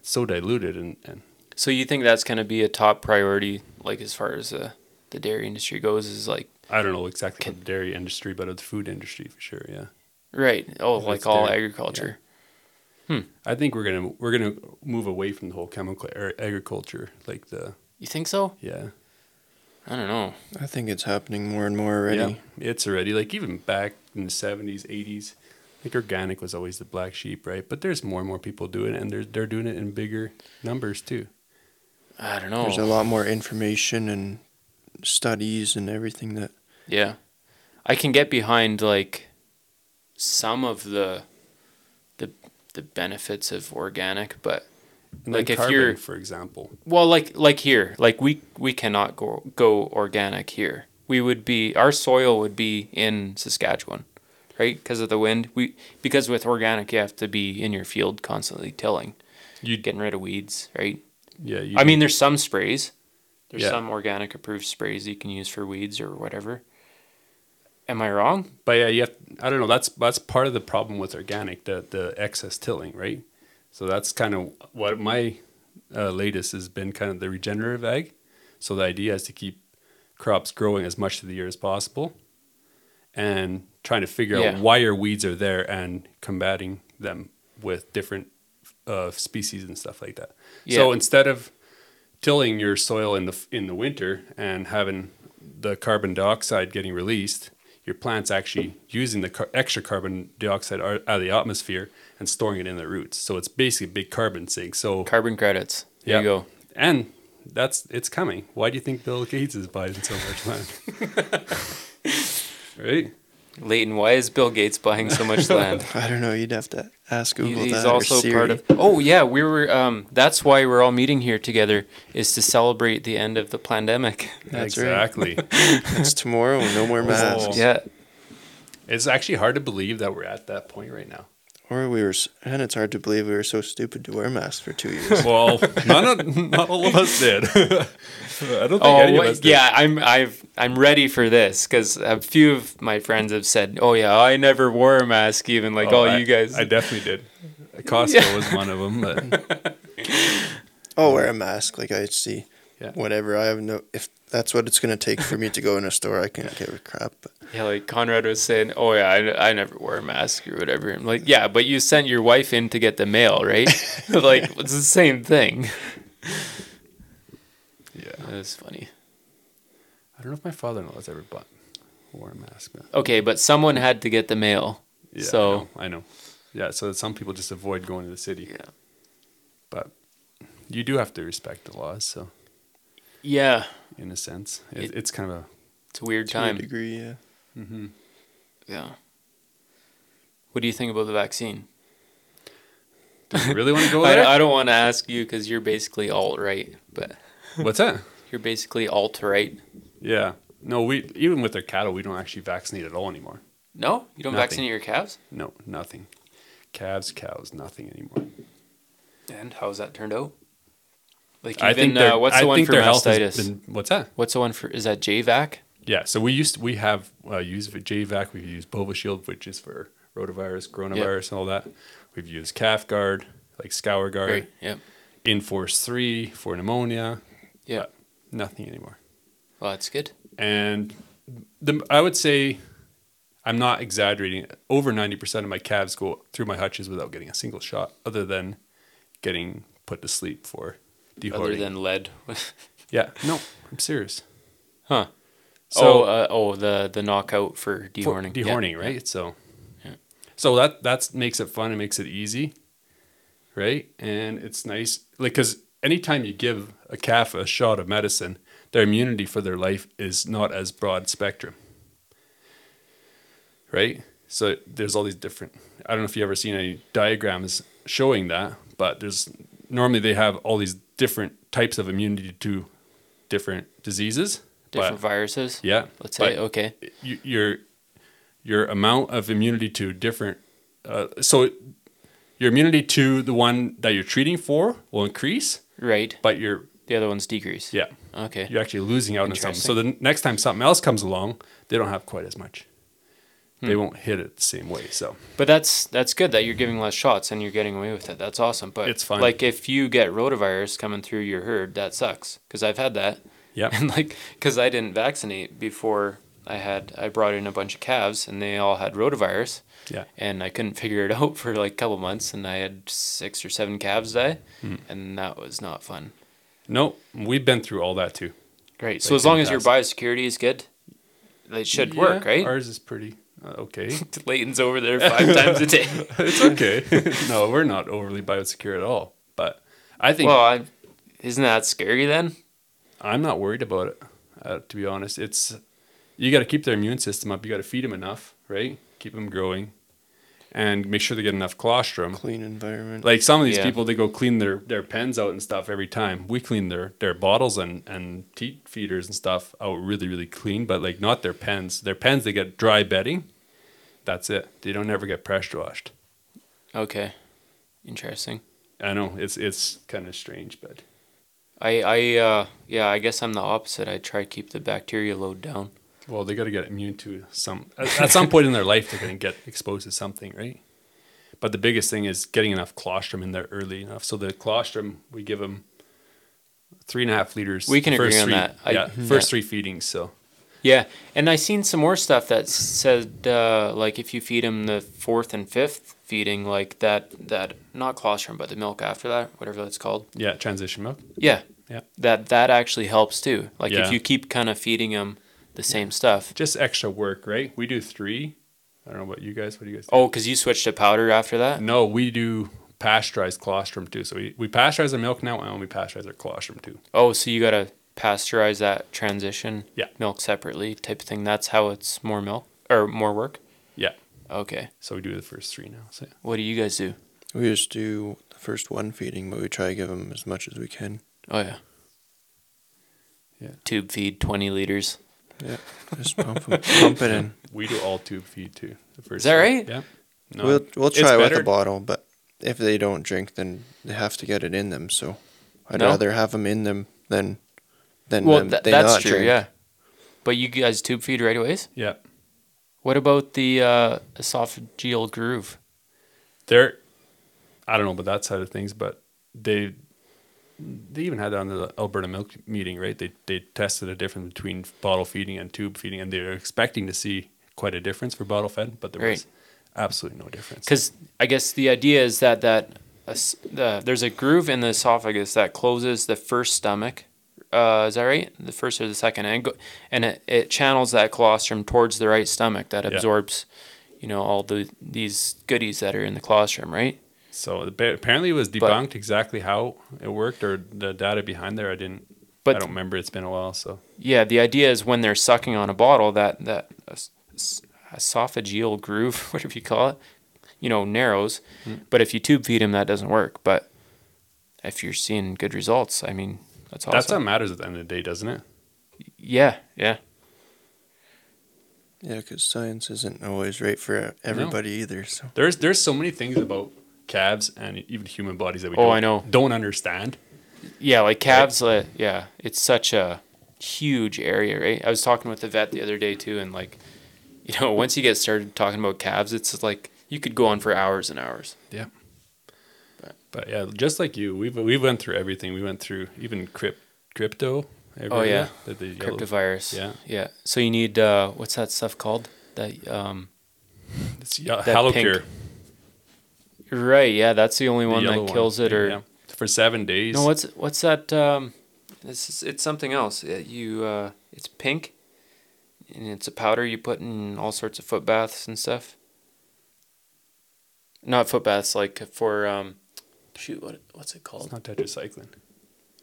S2: It's so diluted, and, and
S1: So you think that's going to be a top priority, like as far as uh, the dairy industry goes, is like
S2: I don't know exactly about the dairy industry, but of the food industry for sure. Yeah,
S1: right? Oh,
S2: That's
S1: like all
S2: dairy,
S1: agriculture.
S2: I think we're gonna we're gonna move away from the whole chemical or agriculture, like the
S1: You think so?
S2: yeah,
S1: I don't know.
S3: I think it's happening more and more already.
S2: yeah. It's already like even back in the seventies, eighties, like organic was always the black sheep, right? But there's more and more people doing it, and they're they're doing it in bigger numbers too.
S1: I don't
S3: There's a
S1: know.
S3: lot more information and studies and everything that
S1: Yeah, I can get behind like some of the the the benefits of organic, but
S2: And
S1: Like if
S2: carbon,
S1: you're-
S2: for example,
S1: well, like like here, like we we cannot go go organic here. We would be our soil would be in Saskatchewan, right? Because of the wind. We because with organic you have to be in your field constantly tilling.
S2: you
S1: getting rid of weeds, right?
S2: yeah, you
S1: I mean, there's some sprays. There's
S2: Yeah.
S1: some organic approved sprays you can use for weeds or whatever. Am I wrong?
S2: But yeah, you have, I don't know. That's that's part of the problem with organic, the the excess tilling, right? So that's kind of what my uh, latest has been, kind of the regenerative ag. So the idea is to keep crops growing as much of the year as possible, and trying to figure
S1: Yeah.
S2: out why your weeds are there and combating them with different uh, species and stuff like that. So
S1: Yeah.
S2: instead of tilling your soil in the f- in the winter and having the carbon dioxide getting released, your plants actually using the car- extra carbon dioxide ar- out of the atmosphere and storing it in their roots. So it's basically a big carbon sink. So
S1: Carbon credits. There
S2: yeah.
S1: you go.
S2: And that's it's coming. Why do you think Bill Gates is buying so much land? right?
S1: Leighton, why is Bill Gates buying so much land?
S3: I don't know. You'd have to ask
S1: He-
S3: Google
S1: he's
S3: that.
S1: also
S3: or Siri.
S1: part of. Oh yeah, we were. Um, that's why we're all meeting here together is to celebrate the end of the pandemic.
S3: That's right.
S2: exactly.
S3: It's tomorrow. No more masks.
S2: Oh.
S1: Yeah,
S2: it's actually hard to believe that we're at that point right now.
S3: Or we were, s- and it's hard to believe we were so stupid to wear masks for two years.
S2: Well, none of, not all of us did. I don't think
S1: Oh
S2: any of
S1: wait,
S2: us did.
S1: yeah, I'm I've I'm ready for this because a few of my friends have said, "Oh yeah, I never wore a mask." Even like, "Oh,
S2: I-
S1: you guys."
S2: I definitely did. Costco was one of them, but
S3: I'll wear a mask. Like I see,
S2: Yeah.
S3: whatever. I have no. If that's what it's gonna take for me to go in a store, I can't give a crap. But
S1: yeah, like Conrad was saying, "Oh yeah, I, I never wore a mask or whatever." I'm like, "Yeah, but you sent your wife in to get the mail, right?" like it's the same thing.
S2: yeah.
S1: That's funny.
S2: I don't know if my father-in-law's ever bought wore a mask. But
S1: Okay, but someone had to get the mail,
S2: yeah,
S1: so.
S2: I know, I know. Yeah, so some people just avoid going to the city.
S1: Yeah.
S2: But you do have to respect the laws, so
S1: Yeah,
S2: in a sense, it,
S1: It-
S2: it's kind of a
S1: it's a weird
S3: to a
S1: time.
S3: degree, yeah.
S1: Yeah. What do you think about the vaccine?
S2: do you really want to go
S1: I,
S2: there.
S1: I don't want to ask you because you're basically alt right, but
S2: What's that?
S1: you're basically alt right.
S2: Yeah. No, we even with our cattle, we don't actually vaccinate at all anymore.
S1: No, you don't
S2: Nothing.
S1: vaccinate your calves.
S2: No, nothing. Calves, cows, nothing anymore.
S1: And how's that turned out? Like even
S2: I think
S1: uh,
S2: they're-
S1: what's
S2: I
S1: the one
S2: think
S1: for
S2: their health has
S1: mastitis?
S2: been- what's that?
S1: What's the one for? Is that JVac?
S2: Yeah, so we used we have uh, used JVac, we've used Bovishield, which is for rotavirus, coronavirus, and all that. We've used Calf Guard, like Scour Guard,
S1: Right. Yep.
S2: Inforce Three for pneumonia,
S1: Yeah.
S2: but nothing anymore.
S1: Well, that's good.
S2: And the I would say, I'm not exaggerating. Over ninety percent of my calves go through my hutches without getting a single shot, other than getting put to sleep for
S1: Other
S2: dehorning.
S1: than lead.
S2: yeah, no, I'm serious.
S1: huh. oh,
S2: So-
S1: uh, oh, the the knockout for
S2: For-
S1: dehorning. Yeah.
S2: dehorning, right? So,
S1: Yeah.
S2: so that that's makes it fun. It makes it easy, right? And it's nice, like because anytime you give a calf a shot of medicine, their immunity for their life is not as broad spectrum, right? So there's all these different. I don't know if you have ever seen any diagrams showing that, but there's normally they have all these different types of immunity to different diseases.
S1: Different
S2: but-
S1: viruses.
S2: yeah.
S1: Let's say
S2: but-
S1: okay.
S2: y- your your amount of immunity to different uh, so your immunity to the one that you're treating for will increase
S1: Right.
S2: but you're
S1: The other one's decrease.
S2: yeah
S1: Okay.
S2: you're actually losing out on something so the n- next time something else comes along they don't have quite as much
S1: Hmm.
S2: they won't hit it the same way so
S1: But that's that's good that you're giving less shots and you're getting away with it. That's awesome. But
S2: It's fine.
S1: Like if you get rotavirus coming through your herd, that sucks because I've had that.
S2: yeah
S1: And like because I didn't vaccinate before I had I brought in a bunch of calves and they all had rotavirus
S2: yeah
S1: and I couldn't figure it out for like a couple months and I had six or seven calves die
S2: Hmm.
S1: and that was not fun.
S2: no we've been through all that too
S1: Great. So
S2: Like
S1: as long as your
S2: fantastic.
S1: biosecurity is good, it should work,
S2: Yeah,
S1: right?
S2: ours is pretty uh, okay
S1: Leighton's over there five times a day.
S2: it's okay no we're not overly biosecure at all but i think
S1: Well, I, isn't that scary then?
S2: I'm not worried about it, uh, to be honest. It's you got to keep their immune system up. You got to feed them enough, right? Keep them growing, and make sure they get enough colostrum.
S3: Clean environment.
S2: Like some of these
S1: Yeah.
S2: people, they go clean their their pens out and stuff every time. We clean their their bottles and and teat feeders and stuff out really really clean, but like not their pens. Their pens they get dry bedding. That's it. They don't ever get pressure washed.
S1: Okay. Interesting.
S2: I know it's it's kind of strange, but
S1: I I uh yeah, I guess I'm the opposite. I try to keep the bacteria load down.
S2: well, they got to get immune to some at, at some point in their life. They're going to get exposed to something, right? But the biggest thing is getting enough colostrum in there early enough. So the colostrum we give them three and a half liters.
S1: We can
S2: the
S1: agree on
S2: three,
S1: that. I-
S2: yeah,
S1: Mhm.
S2: first
S1: Yeah.
S2: three feedings. So
S1: Yeah, and I seen some more stuff that s- said uh, like if you feed them the fourth and fifth feeding, like that that not colostrum but the milk after that, whatever that's called.
S2: yeah, transition milk.
S1: Yeah,
S2: Yeah,
S1: that that actually helps too. Like
S2: Yeah.
S1: if you keep kind of feeding them the same stuff.
S2: just extra work, right? We do three. I don't know about you guys. What do you guys? Do?
S1: Oh, because you switched to powder after that.
S2: no, we do pasteurized colostrum too. So we, we pasteurize our milk now, and we pasteurize our colostrum too.
S1: Oh, so you gotta pasteurize that transition
S2: Yeah.
S1: milk separately type of thing. That's how it's more milk or more work. Okay.
S2: So we do the first three now. So yeah.
S1: What do you guys do?
S3: We just do the first one feeding, but we try to give them as much as we can.
S1: Oh yeah.
S2: Yeah.
S1: Tube feed twenty liters.
S3: Yeah, just pump 'em- pump it in.
S2: we do all tube feed too. The first
S1: that
S2: one.
S1: right?
S2: Yeah. No,
S3: we'll we'll
S2: it's
S3: try it with
S2: better-
S3: a bottle, but if they don't drink, then they have to get it in them. So I'd
S1: No?
S3: rather have them in them than than
S1: Well,
S3: them,
S1: tha-
S3: they
S1: that's
S3: not
S1: true.
S3: drink.
S1: Yeah. But you guys tube feed right away.
S2: Yeah.
S1: What about the uh, esophageal groove?
S2: They're, I don't know about that side of things, but they, they even had that on the Alberta milk meeting, right? They they tested a difference between bottle feeding and tube feeding, and they were expecting to see quite a difference for bottle fed, but there
S1: Right.
S2: was absolutely no difference.
S1: Because I guess the idea is that that es- the, there's a groove in the esophagus that closes the first stomach. Uh, is that right? The first or the second, and, go, and it, it channels that colostrum towards the right stomach that absorbs, you know, all the these goodies that are in the colostrum, right?
S2: So the- apparently it was debunked exactly how it worked or the data behind there. I didn't.
S1: But-
S2: I don't remember. It's been a while, so
S1: Yeah, the idea is when they're sucking on a bottle, that that es- es- esophageal groove, whatever you call it, you know, narrows.
S2: Hmm.
S1: But if you tube feed them, that doesn't work. But if you're seeing good results, I mean, that's awesome.
S2: that's what matters at the end of the day, doesn't it?
S1: yeah, yeah,
S3: Yeah, because science isn't always right for e-, everybody either. So
S2: There's there's so many things about calves and even human bodies that we
S1: Oh,
S2: don't,
S1: I know.
S2: don't understand.
S1: yeah. Like calves, uh, yeah, it's such a huge area, right? I was talking with the vet the other day too, and like, you know, once you get started talking about calves, it's like you could go on for hours and hours.
S2: Yeah. But, but yeah, just like you, we've we went through everything. We went through even crypt, crypto.
S1: Oh, yeah.
S2: the, the yellow-
S1: Cryptovirus.
S2: Yeah.
S1: Yeah. So you need uh, what's that stuff called? That um.
S2: It's yeah,
S1: That pink
S2: halocare,
S1: Right. Yeah. That's the only
S2: the
S1: one
S2: yellow
S1: that kills it. Or
S2: Yeah. for seven days.
S1: no. What's what's that? Um, it's it's- it's something else. It, you uh, it's pink, and it's a powder you put in all sorts of foot baths and stuff. Not foot baths, like for um, shoot, what what's it called?
S2: it's not tetracycline.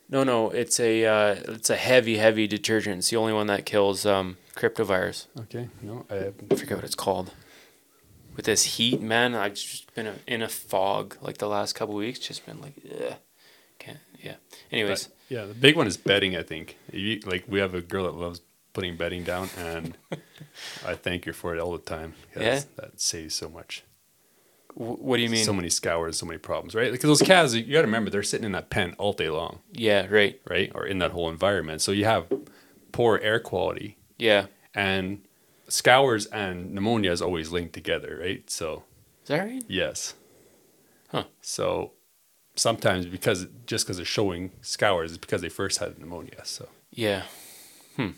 S1: No, no, it's a uh, it's a heavy, heavy detergent. It's the only one that kills um, cryptovirus.
S2: Okay, no, I have
S1: I forget what it's called. With this heat, man, I've just been a, in a fog like the last couple weeks. Just been like, ugh, can't. Yeah. Anyways,
S2: But, yeah, the big one is betting. I think you, like we have a girl that loves putting betting down, and I thank her for it all the time. 'cause
S1: Yeah?
S2: that saves so much.
S1: wh- what do you mean?
S2: so many scours, so many problems, right? Because those calves, you got to remember, they're sitting in that pen all day long,
S1: yeah. Right.
S2: right? Or in that whole environment, so you have poor air quality,
S1: Yeah.
S2: and scours and pneumonia is always linked together, right? So
S1: Is that right?
S2: yes,
S1: Huh.
S2: So sometimes because just because they're showing scours, it's because they first had pneumonia. So
S1: Yeah. Hmm.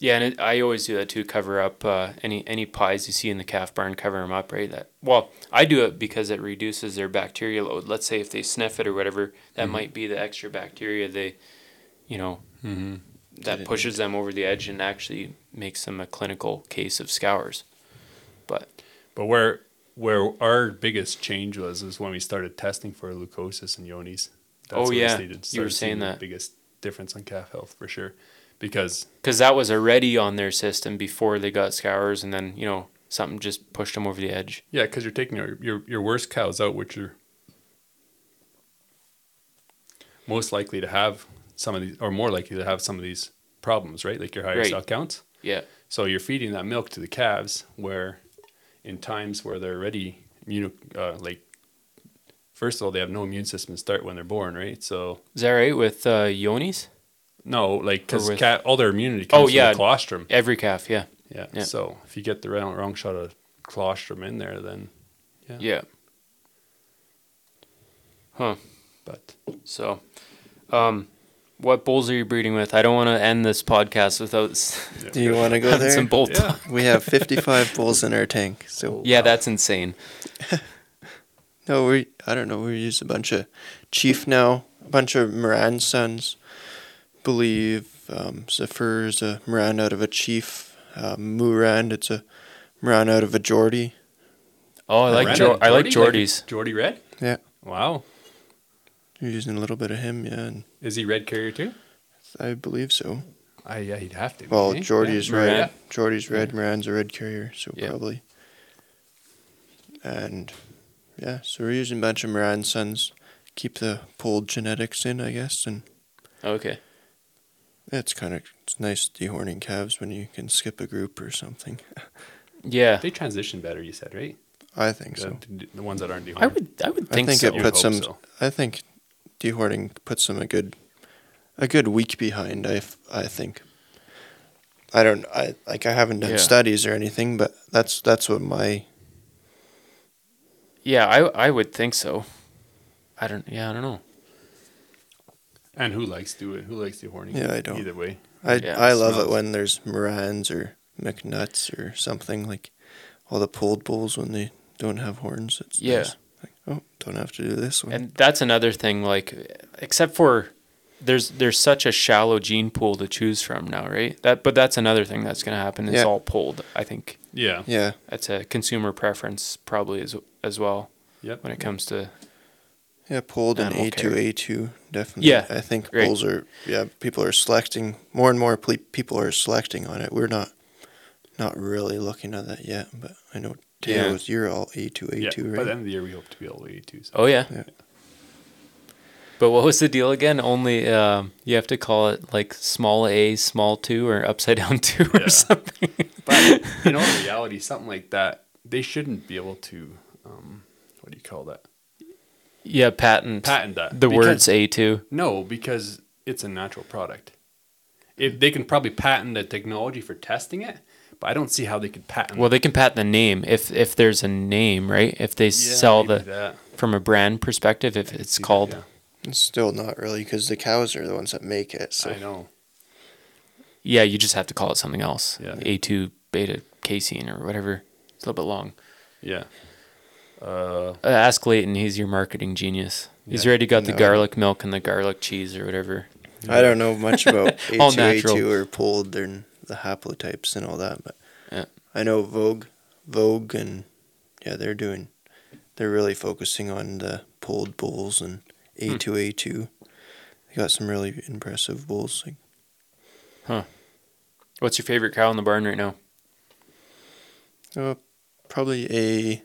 S1: Yeah, and it, I always do that too. Cover up uh, any any pies you see in the calf barn. Cover them up, right? That well, I do it because it reduces their bacteria load. Let's say if they sniff it or whatever, that might be the extra bacteria they, you know, that
S3: Didn't
S1: pushes them over the edge and actually makes them a clinical case of scours. But
S2: But where where our biggest change was is when we started testing for leukosis and yonis.
S1: Oh,
S2: when
S1: yeah.
S2: we started
S1: You were saying
S2: seeing the
S1: that.
S2: biggest difference on calf health for sure, because
S1: because that was already on their system before they got scours, and then you know something just pushed them over the edge.
S2: yeah, because you're taking your, your your worst cows out, which are most likely to have some of these, or more likely to have some of these problems, right? Like your higher
S1: Right.
S2: cell counts.
S1: Yeah.
S2: So you're feeding that milk to the calves, where in times where they're already immune, uh, like first of all, they have no immune system to start when they're born, right? So
S1: Is that right with uh, yonis?
S2: No, like because
S1: with-
S2: cat all their immunity comes
S1: Oh,
S2: from
S1: yeah.
S2: the colostrum.
S1: Every calf, yeah.
S2: Yeah.
S1: Yeah.
S2: So if you get the wrong, wrong shot of colostrum in there, then
S1: Yeah. Huh.
S2: but
S1: So, um, what bulls are you breeding with? I don't want to end this podcast without s-
S3: do you want to go
S1: having
S3: there?
S1: some bull
S2: Yeah.
S1: talk.
S3: we have 55 bulls in our tank. So
S1: Yeah, that's insane.
S3: no, we I don't know. We use a bunch of chief now, a bunch of Moran sons. Believe um, Zephyr is a Moran out of a chief. Uh, Muran, it's a Moran out of a Geordie.
S1: Oh, I like
S2: Red
S1: jo-
S2: and
S1: I like
S2: Geordie,
S1: Geordies.
S2: Geordie red.
S3: Yeah,
S2: Wow,
S3: you're using a little bit of him. Yeah, and
S2: is he red carrier too?
S3: I believe so.
S2: I yeah, he'd have to.
S3: Well,
S2: eh?
S3: Geordie's
S2: Yeah.
S3: red.
S2: Yeah.
S3: Geordie's red. Moran's a red carrier, so
S1: Yeah.
S3: probably. And yeah, so we're using a bunch of Moran Sons, keep the pulled genetics in, I guess, and
S1: Okay.
S3: it's kind of it's nice dehorning calves when you can skip a group or something.
S1: Yeah.
S2: They transition better, you said, right?
S3: I think so.
S2: The, the ones that aren't
S1: I
S2: dehorned.
S1: would I would
S3: I
S1: think,
S3: think
S1: so.
S3: it
S2: You'd
S3: puts
S2: hope
S3: them.
S2: so.
S3: I think dehorning puts them a good, a good week behind. I, f- I think. I don't. I like. I haven't done
S1: Yeah.
S3: studies or anything, but that's that's what my.
S1: yeah, I I would think so. I don't yeah, I don't know.
S2: And who likes do it? Who likes dehorning?
S3: Yeah, I don't.
S2: Either way.
S3: I
S1: Yeah,
S3: I
S1: it
S3: love it
S2: smells.
S3: when there's Morans or McNuts or something like, all the pulled bulls when they don't have horns. It's
S1: Yeah.
S3: nice. Like, oh, don't have to do this one.
S1: And that's another thing like except for there's there's such a shallow gene pool to choose from now, right? That but that's another thing that's going to happen is
S3: Yeah.
S1: all pulled. I think
S2: Yeah.
S3: yeah,
S1: that's a consumer preference probably as as well
S2: Yep.
S1: when it comes to
S3: yeah, pulled and
S1: Animal
S3: A two
S1: care.
S3: A two definitely.
S1: Yeah,
S3: I think
S1: great.
S3: bulls are. Yeah, people are selecting more and more. Ple- people are selecting on it. We're not, not really looking at that yet. But I know
S1: Yeah.
S3: Taylor was you're all A two
S2: Yeah.
S3: A two
S2: By the
S3: right?
S2: end of the year, we hope to be all the way to two. So.
S1: Oh yeah.
S3: Yeah.
S1: But what was the deal again? Only um, you have to call it like small a, small two, or upside down two, or
S2: Yeah.
S1: something.
S2: But in all reality, something like that, they shouldn't be able to, um, what do you call that?
S1: Yeah, patent.
S2: Patent that.
S1: the
S2: Because-
S1: words a two.
S2: No, because it's a natural product. If they can probably patent the technology for testing it, but I don't see how they could patent.
S1: Well, they can patent the name if if there's a name, right? If they sell the
S2: maybe that.
S1: from a brand perspective, if it's
S2: See,
S1: called
S2: yeah.
S3: It's still not really because the cows are the ones that make it. So
S2: I know.
S1: yeah, you just have to call it something else.
S2: Yeah.
S1: A two beta casein or whatever. It's a little bit long.
S2: Yeah. Uh,
S1: Uh, ask Leighton. He's your marketing genius. He's
S2: Yeah.
S1: already got the
S3: No.
S1: garlic milk and the garlic cheese or whatever.
S3: I don't know much about A
S1: All
S3: two A
S1: natural.
S3: two or pulled and the haplotypes and all that, but
S1: Yeah.
S3: I know Vogue, Vogue, and yeah, they're doing, they're really focusing on the pulled bulls and
S1: Hmm.
S3: A two A two. They got some really impressive bulls. Like,
S1: What's your favorite cow in the barn right now?
S3: uh, probably a,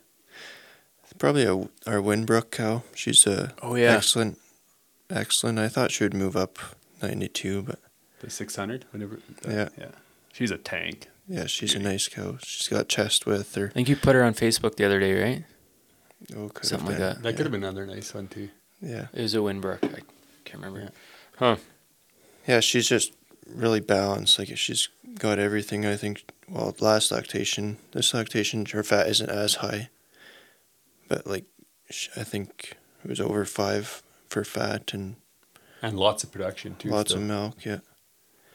S3: probably a our Winbrook cow. She's a
S1: Oh, yeah.
S3: excellent, excellent. I thought she would move up ninety two, but
S2: the 600, whenever.
S3: Yeah.
S2: Uh, Yeah. She's a tank.
S3: yeah, she's a nice cow. She's got chest width or
S1: I think you put her on Facebook the other day, right?
S3: oh, could have
S1: Something like
S3: been.
S1: that.
S2: That could have been another nice one too.
S3: Yeah.
S1: It was a Winbrook. I can't remember.
S3: Yeah, she's just really balanced. Like she's got everything. I think. Well, last lactation, this lactation, her fat isn't as high, but like, sh I think it was over five for fat and
S2: And lots of production too.
S3: lots
S2: still.
S3: of milk. Yeah.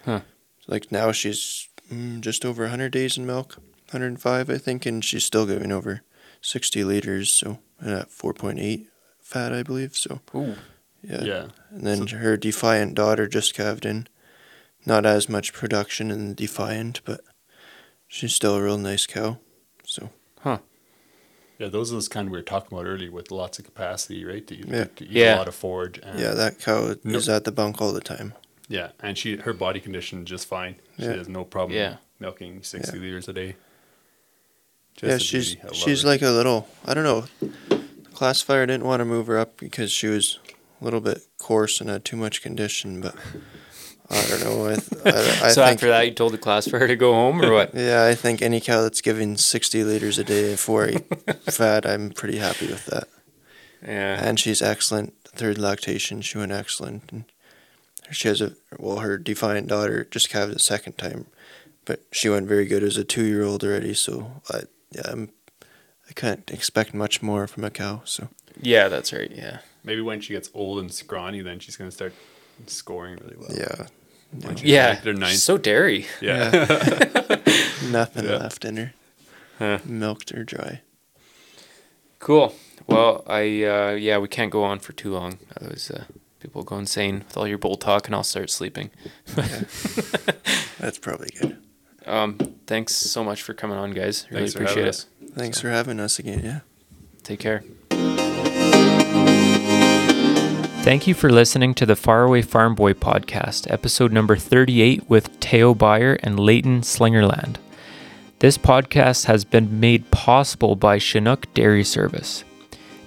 S1: Huh.
S3: Like now she's mm, just over 100 days in milk, 105 I think, and she's still giving over 60 liters. So and at 4.8 fat, I believe. So
S1: Ooh.
S3: yeah,
S2: Yeah.
S3: and then her defiant daughter just calved in. Not as much production in the defiant, but she's still a real nice cow. So
S2: Yeah. Those are those kind we were talking about earlier with lots of capacity, right? That you
S3: Yeah.
S2: to eat
S1: Yeah.
S2: a lot of forage. And,
S3: yeah, that cow
S2: No.
S3: is at the bunk all the time.
S2: Yeah, and she her body condition just fine. She
S3: Yeah.
S2: has no problem
S1: Yeah.
S2: milking sixty
S3: Yeah.
S2: liters a day. Just
S3: yeah,
S2: a
S3: she's
S2: beauty. I love
S3: she's
S2: her.
S3: like a little. I don't know. The classifier didn't want to move her up because she was a little bit coarse and had too much condition. But I don't know. I, th- I, I
S1: so
S3: think,
S1: after that, you told the class for her to go home or what?
S3: yeah, I think any cow that's giving sixty liters a day for a fat, I'm pretty happy with that.
S1: yeah.
S3: and she's excellent. Third lactation, she went excellent. And she has a well, her defiant daughter just calved the second time, but she went very good as a two-year-old already. So I, yeah, I'm, I can't expect much more from a cow. So
S1: Yeah, that's right. Yeah.
S2: maybe when she gets old and scrawny, then she's gonna start scoring really well.
S3: yeah,
S1: Oh. Yeah.
S2: They're nice.
S1: So dairy.
S2: Yeah.
S3: nothing
S2: Yeah.
S3: left in her,
S1: Huh.
S3: milked or dry.
S1: Cool. Well, I uh, yeah, we can't go on for too long. Otherwise, uh, people go insane with all your bull talk, and I'll start sleeping.
S3: That's probably good.
S1: Um, thanks so much for coming on, guys. Really
S2: Thanks for having
S1: appreciate
S2: us.
S1: it.
S3: Thanks for having us again. Yeah.
S1: Take care.
S4: Thank you for listening to the Faraway Farm Boy podcast, episode number 38 with Teo Beyer and Leighton Slingerland.
S1: This podcast has been made possible by Chinook Dairy Service.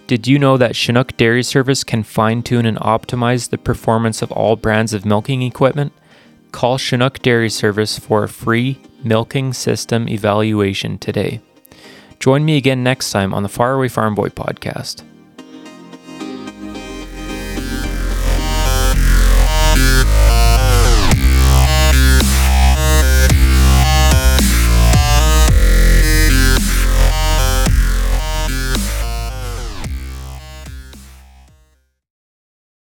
S1: Did you know that Chinook Dairy Service can fine tune and optimize the performance of all brands of milking equipment? Call Chinook Dairy Service for a free milking system evaluation today. Join me again next time on the Faraway Farm Boy podcast.